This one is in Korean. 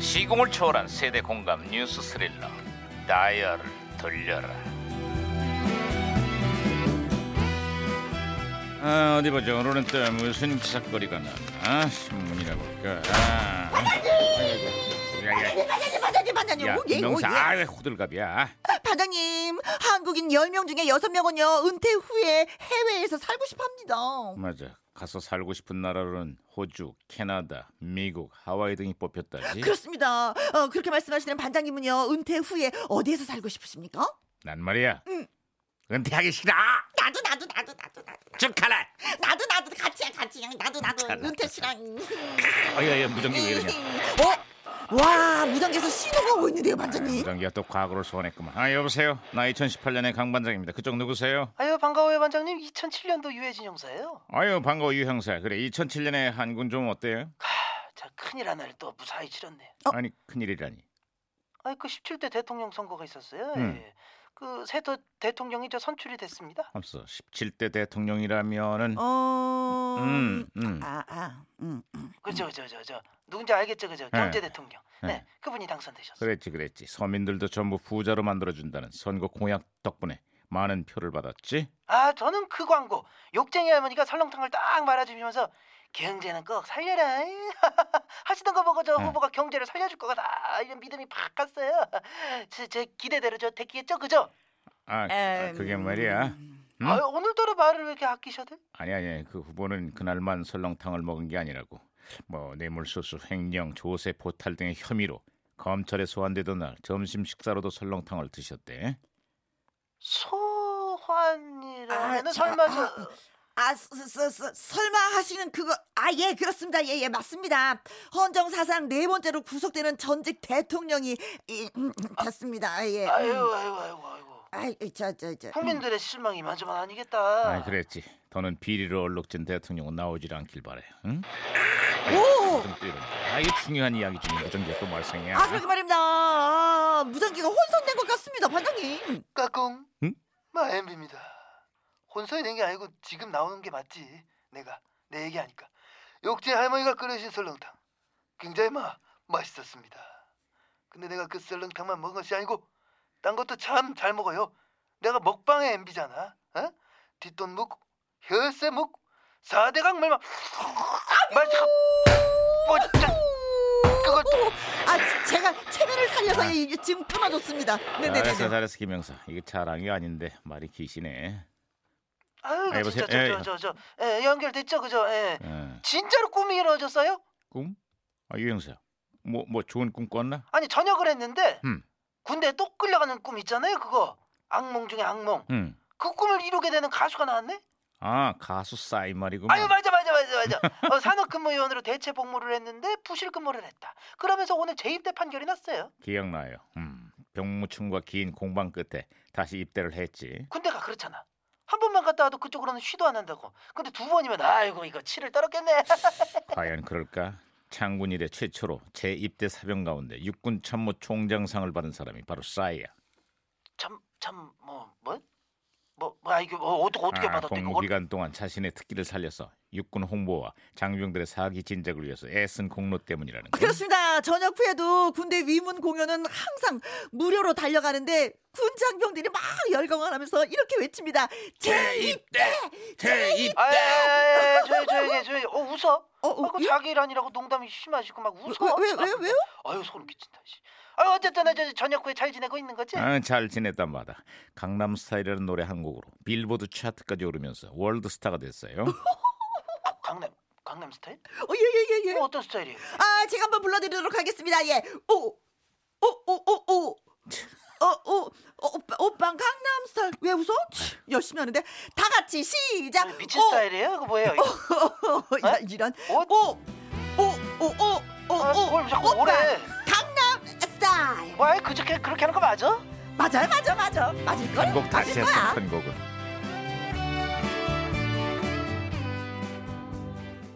시공을 초월한 세대 공감 뉴스 스릴러 다이얼을 돌려라 아 어디 보자 오늘은 또 무슨 기사거리가 나나 아, 신문이나 볼까 아. 야, 야, 반장님, 반장님, 반장님. 야 오, 예, 김명사 오, 예. 아왜 호들갑이야 반장님, 한국인 10명 중에 6명은요, 은퇴 후에 해외에서 살고 싶어 합니다. 맞아 가서 살고 싶은 나라로는 호주, 캐나다, 미국, 하와이 등이 뽑혔다지 아, 그렇습니다. 어, 그렇게 말씀하시는 반장님은요, 은퇴 후에 어디에서 살고 싶으십니까? 난 말이야 응. 은퇴하기 싫어 나도, 나도, 나도, 나도, 나도. 죽하라 나도, 나도, 같이야, 같이야. 나도, 나도, 잘났다. 은퇴 싫어. 아야야 무전기 왜 이러냐 어? 와, 무전기에서 신호가 오고 있는데요, 반장님. 무전기가 또 과거를 소환했구만. 아 여보세요. 나 2018년의 강 반장입니다. 그쪽 누구세요? 아유 반가워요 반장님 2007년도 유해진 형사예요 아유 반가워 유 형사. 그래 2007년에 한군 좀 어때요? 자 큰일 하나를 또 무사히 치렀네요 어? 아니 큰일이라니. 아이 그 17대 대통령 선거가 있었어요 음. 예. 그새 대통령이 저 선출이 됐습니다 앞서 17대 대통령이라면은 어. 음, 음. 아, 아, 음. 그죠 그죠 그죠 누군지 알겠죠 그죠 경제 대통령 예. 네. 그분이 당선되셨어요 그랬지 그랬지. 서민들도 전부 부자로 만들어 준다는 선거 공약 덕분에 많은 표를 받았지. 아 저는 그 광고 욕쟁이 할머니가 설렁탕을 딱 말아주면서 경제는 꼭 살려라 하시던 거 보고 저 예. 후보가 경제를 살려줄 거다 이런 믿음이 팍 갔어요 제, 제 기대대로 저 됐겠죠 그죠 아, 아, 그게 말이야. 음? 아유, 오늘따라 말을 왜 이렇게 아끼셔들 아니 아니 그 후보는 그날만 설렁탕을 먹은 게 아니라고. 뭐 뇌물수수, 횡령, 조세 포탈 등의 혐의로 검찰에 소환되던 날 점심 식사로도 설렁탕을 드셨대. 소환이라면 아, 은 저- 설마 아, 저 아, 서, 서, 서, 설마 하시는 그거 아 예 그렇습니다 예 예 맞습니다 헌정 사상 네 번째로 구속되는 전직 대통령이 이, 음, 음, 됐습니다 아, 예 아유 아유 아유 아유 아저저저 국민들의 실망이 만저만 아니겠다. 아 그랬지. 더는 비리로 얼룩진 대통령은 나오질 않길 바래. 응? 오! 좀 뛰어라. 아 이게 중요한 이야기 중에 무전기 또 말썽이야. 아 그러게 말입니다 아, 무전기가 혼선된 것 같습니다 반장님 까꿍. 응? 마 엠비입니다. 혼선이 된 게 아니고 지금 나오는 게 맞지. 내가 내 얘기하니까. 욕제 할머니가 끓여주신 설렁탕 굉장히 마 맛있었습니다. 근데 내가 그 설렁탕만 먹은 것이 아니고 딴 것도 참 잘 먹어요. 내가 먹방의 엠비잖아. 어? 뒷돈 묵, 혈세 묵, 사대강 말만 맛있고 뽀짝 뭐 그걸 또 아 지- 제가 체면을 살려서 예, 이게 지금 끊어졌습니다 잘했어 네네네 잘했어 김영사. 이게 자랑이 아닌데 말이 기시네. 아유, 아, 아, 여보세요? 진짜 예, 저, 저, 저, 저, 예, 연결됐죠, 그죠? 예. 응. 진짜로 꿈이 이루어졌어요? 꿈? 아 유영사. 뭐 뭐 좋은 꿈 꿨나? 아니 저녁을 했는데 음. 군대 에또 끌려가는 꿈 있잖아요, 그거. 악몽 중에 악몽. 응. 그 꿈을 이루게 되는 가수가 나왔네? 아 가수 싸이 말이구만. 아유 맞아 맞아 맞아 맞아. 어, 산업근무요원으로 대체 복무를 했는데 부실 근무를 했다. 그러면서 오늘 재입대 판결이 났어요. 기억나요. 음. 병무충과 긴 공방 끝에 다시 입대를 했지. 군대가 그렇잖아. 한 번만 갔다 와도 그쪽으로는 쉬도 안 한다고. 근데 두 번이면 아이고 이거 치를 떨었겠네. 과연 그럴까? 창군 이래 최초로 제 입대 사병 가운데 육군 참모 총장상을 받은 사람이 바로 싸이야. 참참뭐뭐뭐뭐 아, 이게 어, 어떻게 어떻게 아, 받았대 이거. 공무기간 동안 자신의 특기를 살려서 육군 홍보와 장병들의 사기 진작을 위해서 애쓴 공로 때문이라는 거. 아, 그렇습니다 저녁 후에도 군대 위문 공연은 항상 무료로 달려가는데 군 장병들이 막 열광하면서 이렇게 외칩니다 제입대 아, 제입. 아예 조용히 조용히 조용히 어 웃어 네. 어, 아, 그 자기 일환이라고 농담이 심하시고 막 웃어 왜, 왜, 왜, 왜요? 아유 소름 끼친다 씨. 아유 어쨌든 저 저녁 후에 잘 지내고 있는 거지 아, 잘 지냈단 마다 강남 스타일이라는 노래 한 곡으로 빌보드 차트까지 오르면서 월드스타가 됐어요. 아, 강남 강남 스타일 예예예 예, 예. 어, 어떤 스타일이에요 아 제가 한번 불러드리도록 하겠습니다. 예. 오오오오오 어오 오빠 오빠 강남스타일 왜 웃어? 치, 열심히 하는데 다 같이 시작. 어, 미친 스타일이에요 그거 뭐예요 이거? 오, 어, 야, 이런 옷? 오오오오오 아, 그걸 자꾸 오빠 오래 강남스타일 와이 그저께 그렇게 하는 거 어, 맞아? 맞아요 맞아 맞아 맞을 거야 한곡 다시 맞을 했어 거야. 편곡은